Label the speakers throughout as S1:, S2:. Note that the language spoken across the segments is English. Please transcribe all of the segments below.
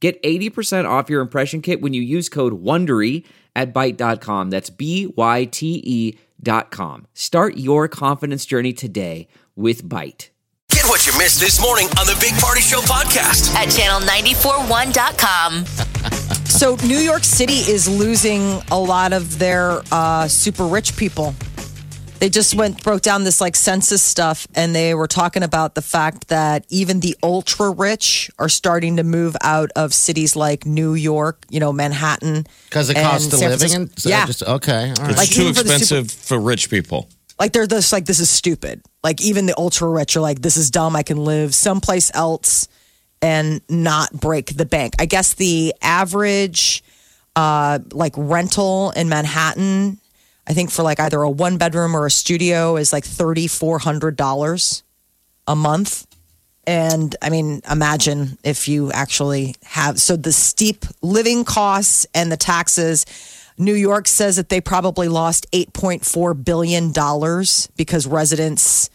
S1: Get 80% off your impression kit when you use code WONDERY at Byte.com. That's b y t e dot com. Start your confidence journey today with Byte.
S2: Get what you missed this morning on the Big Party Show podcast.
S3: at channel941.com.
S4: So New York City is losing a lot of their uh, super rich people. They just went broke down this like census stuff, and they were talking about the fact that even the ultra rich are starting to move out of cities like New York, you know, Manhattan,
S5: Because the
S4: and
S5: cost of
S4: San
S5: living?
S4: Francisco.
S5: and- so
S4: Yeah,
S5: Just, okay. All right.
S6: It's
S4: Like,
S6: too
S4: even for the
S6: expensive for rich people.
S4: like they're just like this is stupid. Like even the ultra rich are like this is dumb. I can live someplace else and not break the bank. I guess the average uh like rental in Manhattan, I think for like either a one bedroom or a studio is like $3400 a month. And I mean, imagine if you actually have so the steep living costs and the taxes. New York says that they probably lost $8.4 billion because residents,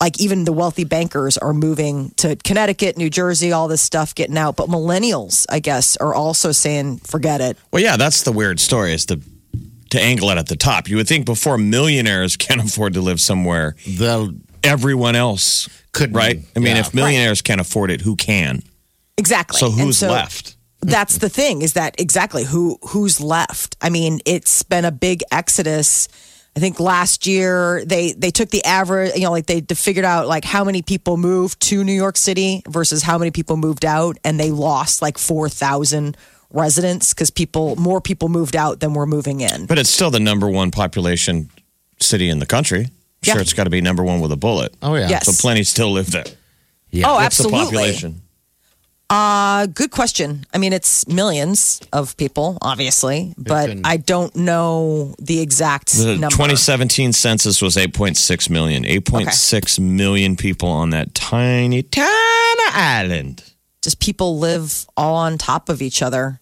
S4: like even the wealthy bankers, are moving to Connecticut, New Jersey, all this stuff getting out. But millennials, I guess, are also saying, forget it.
S6: Well, yeah, that's the weird story is the to angle it at the top. You would think before millionaires can afford to live somewhere,
S5: The,
S6: everyone else could,
S5: Couldn't.
S6: right? I mean,
S5: Yeah.
S6: if millionaires can't afford it, who can?
S4: Exactly.
S6: So
S4: And
S6: who's left?
S4: that's the thing is that exactly who who's left i mean it's been a big exodus i think last year they they took the average you know like they figured out like how many people moved to new york city versus how many people moved out and they lost like 4000 residents because people more people moved out than were moving in
S6: But it's still the number one population city in the country. Sure,
S4: Yeah.
S6: it's got to be number one with a bullet.
S5: oh, yeah.
S4: Yes.
S6: So plenty still live there.
S5: Yeah.
S4: oh
S6: What's
S4: absolutely
S6: the population?
S4: Uh, good question. I mean, it's millions of people, obviously, but
S5: couldn't-
S4: I don't know the exact
S6: The
S4: number.
S6: 2017 census was 8.6 million. 8.6 million people on that tiny, tiny island.
S4: just people live all on top of each other.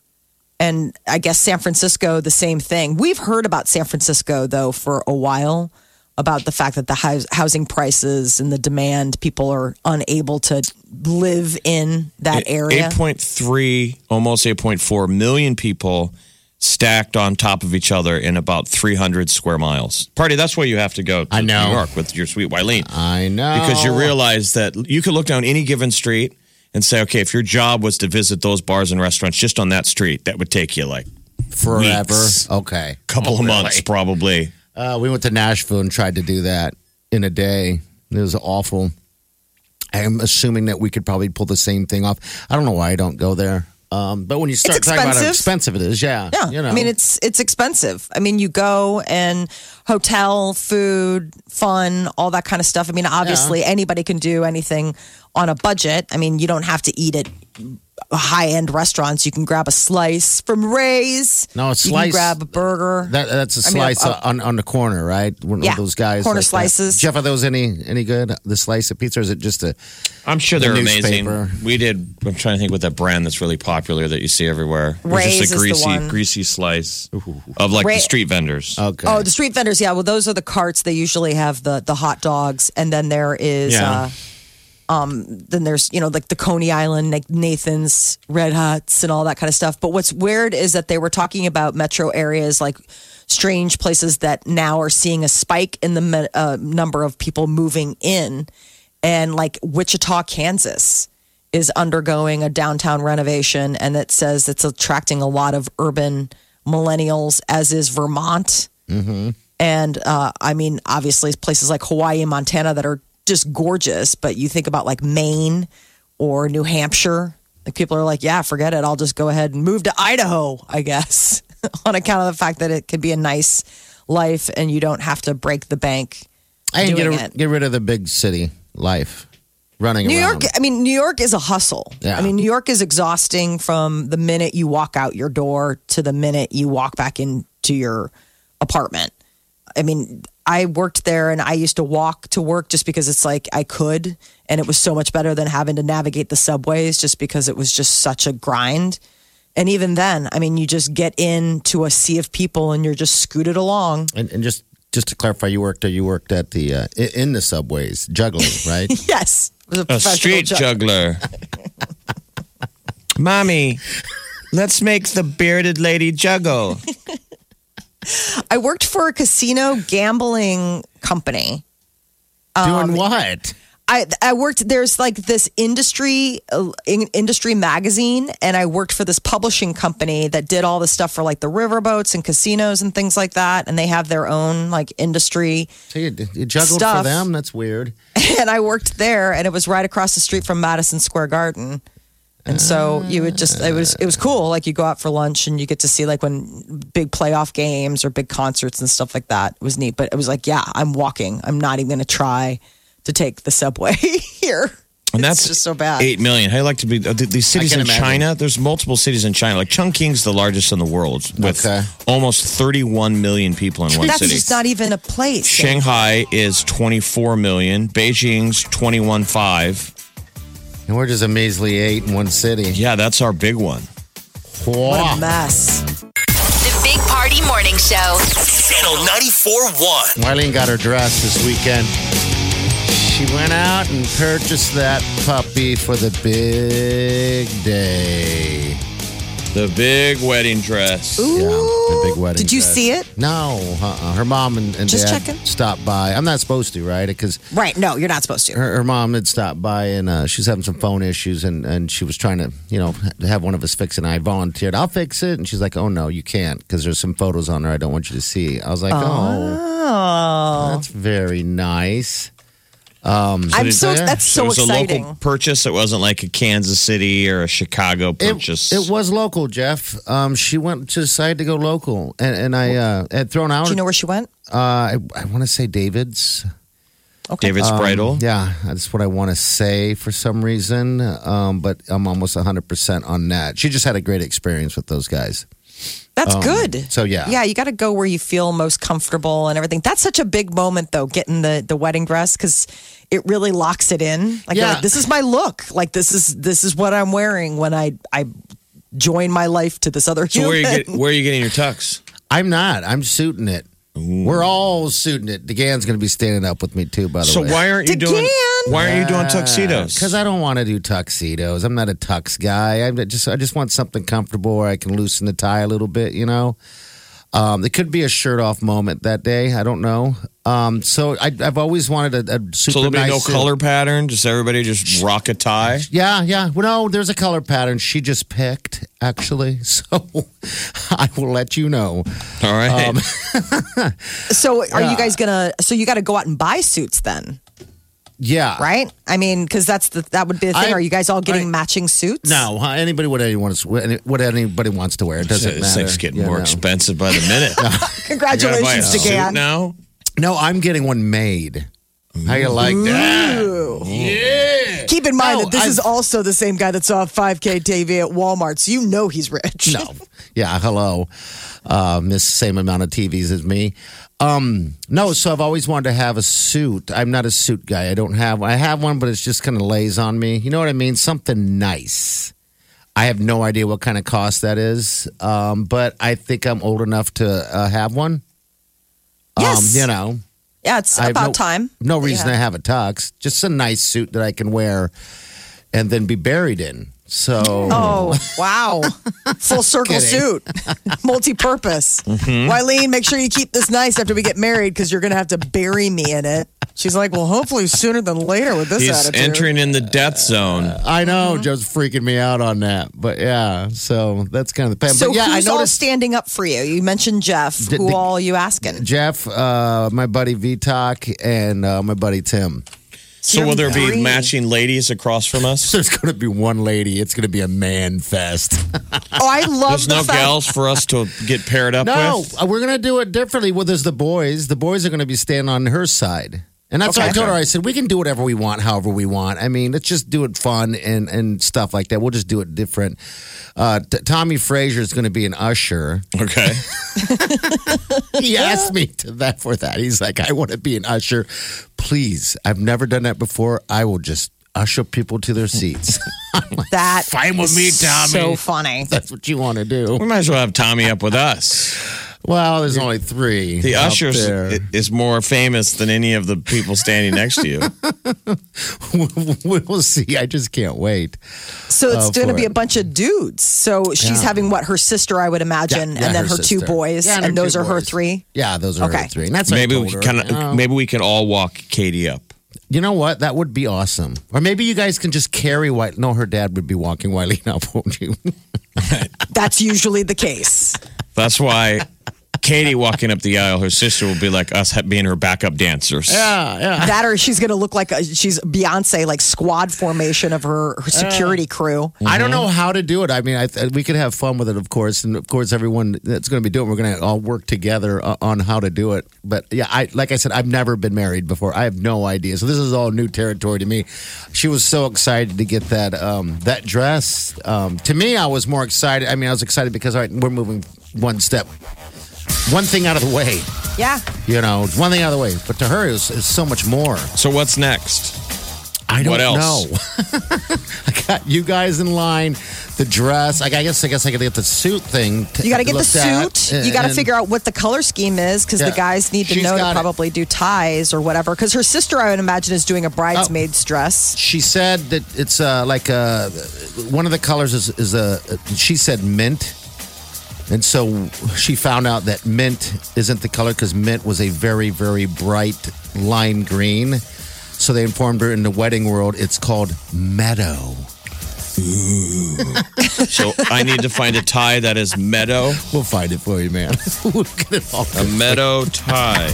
S4: And I guess San Francisco, the same thing. We've heard about San Francisco, though, for a while about the fact that the hous- housing prices and the demand, people are unable to live in that area.
S6: 8.3, almost 8.4 million people stacked on top of each other in about 300 square miles. Party, that's where you have to go to
S5: I know.
S6: New York with your sweet Wileen.
S5: I know.
S6: because you realize that you could look down any given street and say, okay, if your job was to visit those bars and restaurants just on that street, that would take you like
S5: Forever.
S6: weeks.
S5: Okay.
S6: a couple of months probably.
S5: Uh, we went to Nashville and tried to do that in a day. It was awful. I'm assuming that we could probably pull the same thing off. I don't know why I don't go there. Um, but when you start talking about how
S4: expensive.
S5: expensive it is, yeah.
S4: Yeah,
S5: You know.
S4: I mean it's it's expensive. I mean you go and hotel, food, fun, all that kind of stuff. I mean obviously anybody can do anything on a budget. I mean you don't have to eat at high end restaurants. You can grab a slice from Ray's.
S5: No, a
S4: You can
S5: slice-
S4: grab a burger.
S5: That, that's a
S4: I mean,
S5: slice
S4: a-
S5: on, on the corner, right? One
S4: Yeah,
S5: of those guys.
S4: corner
S5: like that.
S4: slices.
S5: Jeff, are those any any good? The slice of pizza, or is it just a?
S6: I'm sure
S5: The
S6: they're
S5: newspaper.
S6: amazing. We did. I'm trying to think what that brand that's really popular that you see everywhere. It was
S4: Ray's is
S6: just
S4: the
S6: a greasy,
S4: one.
S6: greasy slice of like
S4: Ray-
S6: the street vendors.
S5: Okay.
S4: Oh, the street vendors, yeah. Well, those are the carts. They usually have the the hot dogs, and then there is, uh,
S6: Yeah.
S4: um, then there's you know like the Coney Island, like Nathan's Red Hots, and all that kind of stuff. But what's weird is that they were talking about metro areas like strange places that now are seeing a spike in the me- uh, number of people moving in, and like Wichita, Kansas. Is undergoing a downtown renovation, and it says it's attracting a lot of urban millennials, as is Vermont. And uh, I mean, obviously, places like Hawaii and Montana that are just gorgeous, but you think about like Maine or New Hampshire, like people are like, yeah, forget it. I'll just go ahead and move to Idaho, I guess, on account of the fact that it could be a nice life and you don't have to break the bank.
S5: I can get
S4: doing
S5: a-
S4: it.
S5: get rid of the big city life. running
S4: New
S5: around.
S4: York, I mean, New York is a hustle.
S5: Yeah.
S4: I mean, New York is exhausting from the minute you walk out your door to the minute you walk back into your apartment. I mean, I worked there and I used to walk to work just because it's like I could. And it was so much better than having to navigate the subways just because it was just such a grind. And even then, I mean, you just get into a sea of people and you're just scooted along.
S5: And, and just just to clarify, you worked you worked at the uh, i- in the subways juggling, right?
S4: Yes. It was
S6: A
S4: professional
S6: street
S4: jug-
S6: juggler. Mommy, let's make the bearded lady juggle.
S4: I worked for a casino gambling company. Um,
S5: Doing what?
S4: I I worked there's like this industry uh, in, industry magazine and I worked for this publishing company that did all the stuff for like the riverboats and casinos and things like that and they have their own like industry
S5: So you, you juggled for
S4: Stuff.
S5: them? That's weird.
S4: and I worked there and it was right across the street from Madison Square Garden. And so you would just it was it was cool like you go out for lunch and you get to see like when big playoff games or big concerts and stuff like that. It was neat, but it was like yeah, I'm walking. I'm not even going to try to take the subway here. It's
S6: And that's
S4: just so bad.
S6: Eight million. How you like to be? Uh, th- these cities in
S5: can imagine.
S6: China. There's multiple cities in China. Like Chongqing's the largest in the world with
S5: Okay.
S6: almost 31 million people in one
S4: That's
S6: city.
S4: just not even a place.
S6: Shanghai is 24 million. Beijing's 21.5.
S5: And we're just a measly eight in one city.
S6: Yeah, that's our big one.
S4: What
S5: Wow.
S4: a mess.
S3: The Big Party Morning Show.
S2: Channel 94.1.
S5: Marlene got her dress this weekend. She went out and purchased that puppy for the big day.
S6: The big wedding dress.
S5: Yeah, the big
S4: Ooh.
S5: wedding.
S4: Did you
S5: dress.
S4: see it?
S5: No, uh-uh. her mom and, and
S4: Just
S5: dad
S4: checking.
S5: stopped by. I'm not supposed to, right? Because
S4: Right. No, you're not supposed to.
S5: her, her mom had stopped by and uh, she was having some phone issues and, and she was trying to you know ha- have one of us fix it and i volunteered i'll fix it and she's like oh no you can't because there's some photos on there i don't want you to see i was like oh, that's very nice
S4: I'm so
S5: yeah.
S4: that's so,
S6: it was
S4: exciting.
S6: a local purchase. It wasn't like a Kansas City or a Chicago
S5: it,
S6: purchase.
S5: it was local jeff um, she went to decide to go local and, and i uh, had thrown out
S4: Do you know where she went?
S5: uh, i, I want to say david's
S6: David's bridal.
S5: Um, Yeah, that's what I want to say for some reason, um, but I'm almost 100% on that. She just had a great experience with those guys.
S4: That's
S6: Um,
S4: good.
S5: so, yeah.
S4: Yeah, you got to go where you feel most comfortable and everything. That's such a big moment though, getting the the wedding dress cuz it really locks it in. Like, you're
S5: Yeah.
S4: like, this is my look. Like this is this is what I'm wearing when I I join my life to this other
S6: So where are, you
S4: human.
S6: get, where are you getting your tux?
S5: I'm not. I'm suiting it. We're all suiting it. DeGan's going to be standing up with me too. By the
S6: So
S5: way,
S6: why aren't you doing?
S4: Again?
S6: Why aren't you doing tuxedos?
S5: Because I don't want to do tuxedos. I'm not a tux guy. I just I just want something comfortable where I can loosen the tie a little bit. You know, um, it could be a shirt off moment that day. I don't know. Um, so I, I've always wanted a, a super
S6: So there'll be
S5: nice
S6: no
S5: suit.
S6: color pattern. Just everybody just rock a tie.
S5: Yeah, yeah. Well, no, there's a color pattern she just picked actually. So I will let you know.
S6: All right.
S5: um,
S4: so are you guys going to so you got to go out and buy suits then,
S5: Yeah,
S4: right? I mean, cuz that's the that would be the thing.
S5: I-
S4: are you guys all getting
S5: I-
S4: matching suits?
S5: No, huh? anybody what anyone wants what anybody wants to wear it doesn't
S6: this
S5: matter.
S6: thing's getting
S5: you
S6: more
S5: know.
S6: expensive by the minute. You gotta buy a
S4: Congratulations,
S6: suit
S4: DeGan.
S6: now.
S5: No, I'm getting one made. How you like that?
S4: Keep in mind
S5: No,
S4: that this
S5: I-
S4: is also the same guy that saw a 5K TV at Walmart, so you know he's rich.
S5: No, yeah, hello, um, this same amount of TVs as me. Um, no, so I've always wanted to have a suit. I'm not a suit guy. I don't have. I have one, but it's just kind of lays on me. You know what I mean? Something nice. I have no idea what kind of cost that is, um, but I think I'm old enough to uh, have one.
S4: Yes.
S5: Um, you know,
S4: Yeah, it's
S5: I have
S4: about
S5: no-
S4: time.
S5: No reason
S4: Yeah.
S5: to have a tux. Just a nice suit that I can wear and then be buried in. So
S4: Oh, wow. Full circle
S5: Mm. Kidding. Mm-hmm.
S4: suit, multi purpose. Wileen, make sure you keep this nice after we get married because you're going to have to bury me in it. She's like, well, hopefully sooner than later with this
S6: He's
S4: attitude.
S6: entering in the death zone.
S5: I know,
S4: Uh-huh.
S5: Joe's freaking me out on that. But yeah, so that's kind of the plan.
S4: so
S5: but yeah, I
S4: who's all
S5: noticed
S4: standing up for you? You mentioned Jeff. Who
S5: the-
S4: all are you asking?
S5: Jeff, uh, my buddy Vitok, and uh, my buddy Tim.
S6: so will there be
S4: Three.
S6: matching ladies across from us?
S5: There's going to be one lady. It's going to be a man fest.
S4: Oh, I love
S6: There's
S4: the
S6: no
S4: fact.
S6: gals for us to get paired up
S5: no, uh,
S6: with.
S5: we're going to do it differently. Well, there's the boys. The boys are going to be standing on her side. And that's what I
S4: Okay.
S5: told her. I said, we can do whatever we want, however we want. I mean, let's just do it fun and, and stuff like that. We'll just do it different. Uh, T- Tommy Frazier is going to be an usher.
S6: Okay.
S5: He asked me to that for that. He's like, I want to be an usher. Please, I've never done that before. I will just usher people to their seats.
S4: That
S5: Fine with
S4: is
S5: me,
S4: So
S5: Tommy.
S4: funny.
S5: that's what you want to do.
S6: we might as well have Tommy up with us.
S5: Well, there's only three.
S6: The
S5: out
S6: usher
S5: there.
S6: is- is more famous than any of the people standing next to you.
S5: we'll see. I just can't wait.
S4: So it's
S5: Oh,
S4: going to
S5: for
S4: be
S5: it.
S4: a bunch of dudes. So she's having what her sister, I would imagine,
S5: Yeah, yeah,
S4: and then her, two
S5: sister.
S4: boys,
S5: Yeah,
S4: and,
S5: her
S4: those
S5: two
S4: are her
S5: boys.
S4: three.
S5: Yeah, those are her
S4: Okay.
S5: three. And that's what
S6: Maybe
S5: I
S6: we
S5: told
S6: could
S5: her.
S6: kind
S5: Oh.
S6: of maybe we could all walk Katie up.
S5: You know what? That would be awesome. Or maybe you guys can just carry White. No, her dad would be walking Wiley now, won't you?
S4: That's usually the case.
S6: That's why Katie walking up the aisle, her sister will be like us ha- being her backup dancers.
S5: yeah, yeah.
S4: That or she's going to look like a, she's Beyonce, like squad formation of her, her security
S5: Uh.
S4: crew.
S5: I don't know how to do it. I mean, I th- we could have fun with it, of course, and of course, everyone that's going to be doing. it, We're going to all work together uh, on how to do it. But yeah, I like I said, I've never been married before. I have no idea, so this is all new territory to me. She was so excited to get that um, that dress. Um, to me, I was more excited. I mean, I was excited because all right, we're moving one step, one thing out of the way.
S4: Yeah.
S5: You know, one thing out of the way. But to her, it was, it was so much more.
S6: So what's next?
S5: I don't
S6: What else?
S5: know. I got you guys in line. The dress. I guess. I guess I got to get the suit thing.
S4: You got to get the suit. you got to figure out what the color scheme is because
S5: Yeah.
S4: the guys need to
S5: She's
S4: know to
S5: got it.
S4: probably do ties or whatever. Because her sister, I would imagine, is doing a bridesmaid's
S5: Oh.
S4: dress.
S5: She said that it's uh, like uh, one of the colors is is a. She said mint, and so she found out that mint isn't the color because mint was a very very bright lime green. So they informed her in the wedding world it's called meadow.
S6: So I need to find a tie that is meadow,
S5: We'll find it for you, man. we'll get it all.
S6: a meadow tie.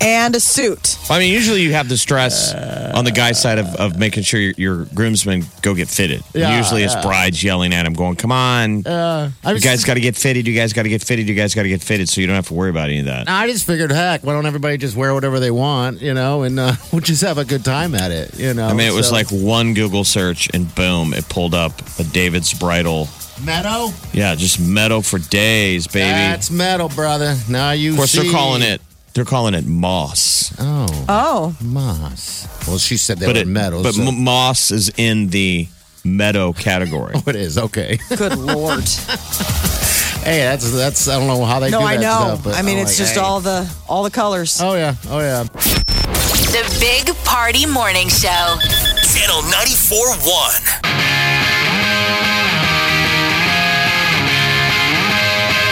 S4: And a suit.
S6: I mean, usually you have the stress on the guy side of, of making sure your, your groomsmen go get fitted.
S5: Yeah, Uh,
S6: usually it's brides yelling at him, going, "Come on,
S5: I
S6: you
S5: was
S6: guys got to get fitted. You guys got to get fitted. You guys got to get fitted." So you don't have to worry about any of that.
S5: I just figured, heck, why don't everybody just wear whatever they want, you know, and uh, we'll just have a good time at it, you know.
S6: I mean, it was
S5: so-
S6: like one Google search, and boom, it pulled up a David's bridal.
S5: meadow.
S6: Yeah, just meadow for days, baby.
S5: That's metal, brother. Now you.
S6: of course, they're calling it. They're calling it moss,
S5: Oh,
S4: Oh,
S5: moss. Well, she said they
S6: but
S5: were
S6: it,
S5: metal.
S6: but
S5: so-
S6: m- moss is in the meadow category.
S5: it is okay.
S4: good lord.
S5: hey, that's that's. I don't know how they
S4: no,
S5: do
S4: I
S5: that
S4: know.
S5: stuff, but
S4: I mean,
S5: I'm
S4: it's
S5: like,
S4: just
S5: hey.
S4: all the all the colors.
S5: Oh yeah, oh yeah.
S3: The Big Party Morning Show.
S2: Channel 94.1.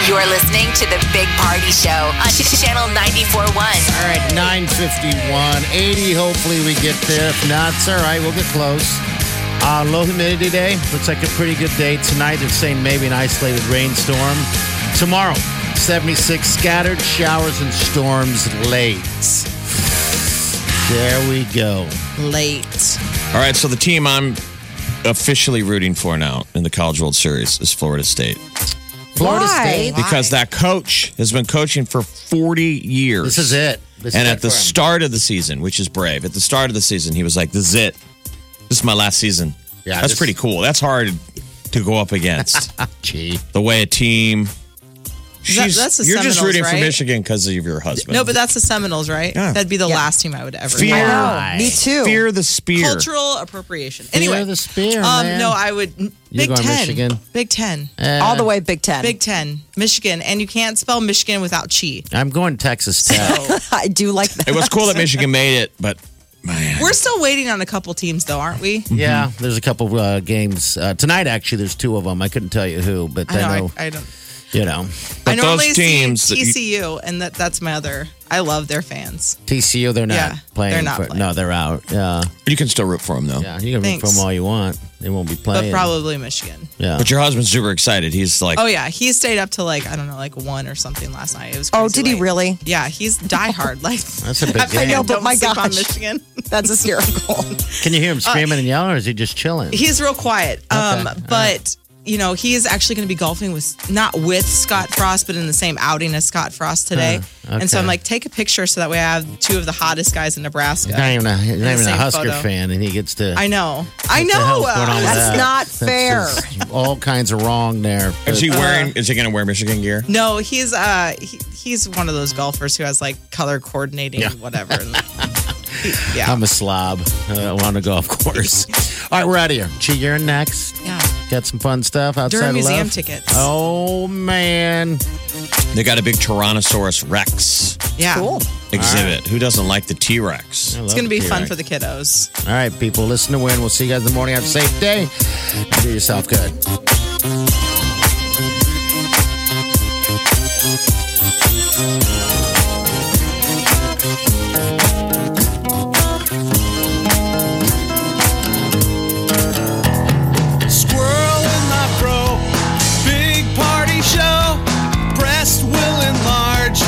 S3: You're listening to the Big Party Show on Channel 94.1.
S5: All right, 951, 80. Hopefully we get there. If not, it's all right. We'll get close. Uh, low humidity day. Looks like a pretty good day. Tonight, they're saying maybe an isolated rainstorm. Tomorrow, 76 scattered showers and storms late. There we go.
S4: Late.
S6: All right, so the team I'm officially rooting for now in the College World Series is Florida State
S5: Florida
S4: Why?
S5: State.
S6: because that coach has been coaching for 40 years.
S5: This is it. This
S6: and
S5: is
S6: at
S5: it
S6: the
S5: for 'em.
S6: start of the season, which is brave, at the start of the season, he was like, "This is it. This is my last season."
S5: Yeah,
S6: that's
S5: this-
S6: pretty cool. That's hard to go up against.
S5: Gee.
S6: the way a team. She's,
S7: that's the
S6: you're just
S7: Seminoles,
S6: rooting for
S7: right?
S6: Michigan because of your husband.
S7: No, but that's the Seminoles, right?
S6: Yeah.
S7: That'd be the last team I would ever.
S6: Fear.
S4: I know.
S5: Why?
S4: Oh, Me too.
S6: fear the spear.
S7: Cultural appropriation.
S5: Fear
S7: Anyway,
S5: the spear,
S7: Um,
S5: man.
S7: no, I would. Big
S5: going
S7: Ten.
S5: Michigan?
S7: Big Ten.
S4: All the way Big Ten.
S7: Big Ten. Michigan, and you can't spell Michigan without chi.
S5: I'm going Texas Tech.
S4: I do like that.
S6: It was cool that Michigan made it, but man,
S7: We're still waiting on a couple teams, though, aren't we?
S5: yeah, there's a couple uh, games uh, tonight. Actually, there's two of them. I couldn't tell you who, but I, know,
S7: I, I don't.
S5: you know.
S7: I
S6: But those
S7: normally
S6: teams that
S7: see
S6: you-
S7: TCU, and that, that's my other. I love their fans.
S5: TCU, they're not
S7: Yeah,
S5: playing.
S7: they're not
S5: for-
S7: playing.
S5: No, they're out. Yeah,
S6: you can still root for him though.
S5: yeah. You can root for
S7: Thanks.
S5: them all you want. They won't be
S7: But
S5: playing.
S7: probably Michigan.
S5: Yeah.
S6: But your husband's super excited. He's like,
S7: Oh yeah, he stayed up till like I don't know, like one or something last night. It was.
S4: Oh,
S7: crazy
S4: did he
S7: late.
S4: really?
S7: Yeah, he's diehard. Like
S5: That's a big
S7: I
S5: game.
S7: know,
S4: but
S7: but
S4: my
S7: my sleep on
S4: gosh.
S7: Michigan.
S4: That's hysterical.
S5: Can you hear him screaming and yelling, or is uh, he just chilling?
S7: He's real quiet. Um,
S5: all
S7: but you know, he is actually going to be golfing with not with Scott Frost, but in the same outing as Scott Frost today. And
S5: okay.
S7: so I'm like, take a picture so that way I have two of the hottest guys in Nebraska.
S5: Not even a, not even a
S7: same
S5: Husker
S7: photo.
S5: fan, and he gets to.
S7: I know. I
S5: What the
S7: know. uh,
S5: hell's going on with
S4: That's
S5: that?
S4: not fair.
S5: just all kinds of wrong there. Uh,
S6: Is he wearing?
S7: Uh-huh.
S6: is he going to wear Michigan gear?
S7: No, he's uh he, he's one of those golfers who has like color coordinating and whatever. And, yeah.
S5: I'm a slob uh, on a golf course. All right, we're out of here. Chi, you're in next.
S7: yeah.
S5: Got some fun stuff outside
S7: Durham
S5: of
S7: Museum
S5: love.
S7: tickets.
S5: Oh man,
S6: They got a big Tyrannosaurus Rex
S7: Yeah.
S4: Cool.
S6: exhibit. Who doesn't like the T Rex?
S7: It's going to be fun for the kiddos.
S5: All right, people, listen to Win. We'll see you guys in the morning. Have a safe day. Do yourself good.
S8: Squirrel in my pro. Big party show. Breast will enlarge.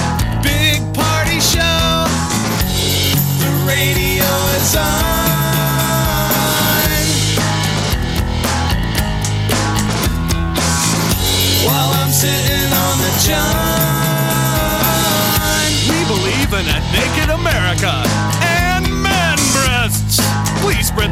S8: Big party show. The radio is on. While I'm sitting on the john.
S9: We believe in a naked America and man breasts. Please spread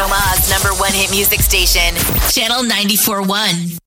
S3: Omaha's number one hit music station, Channel 94.1.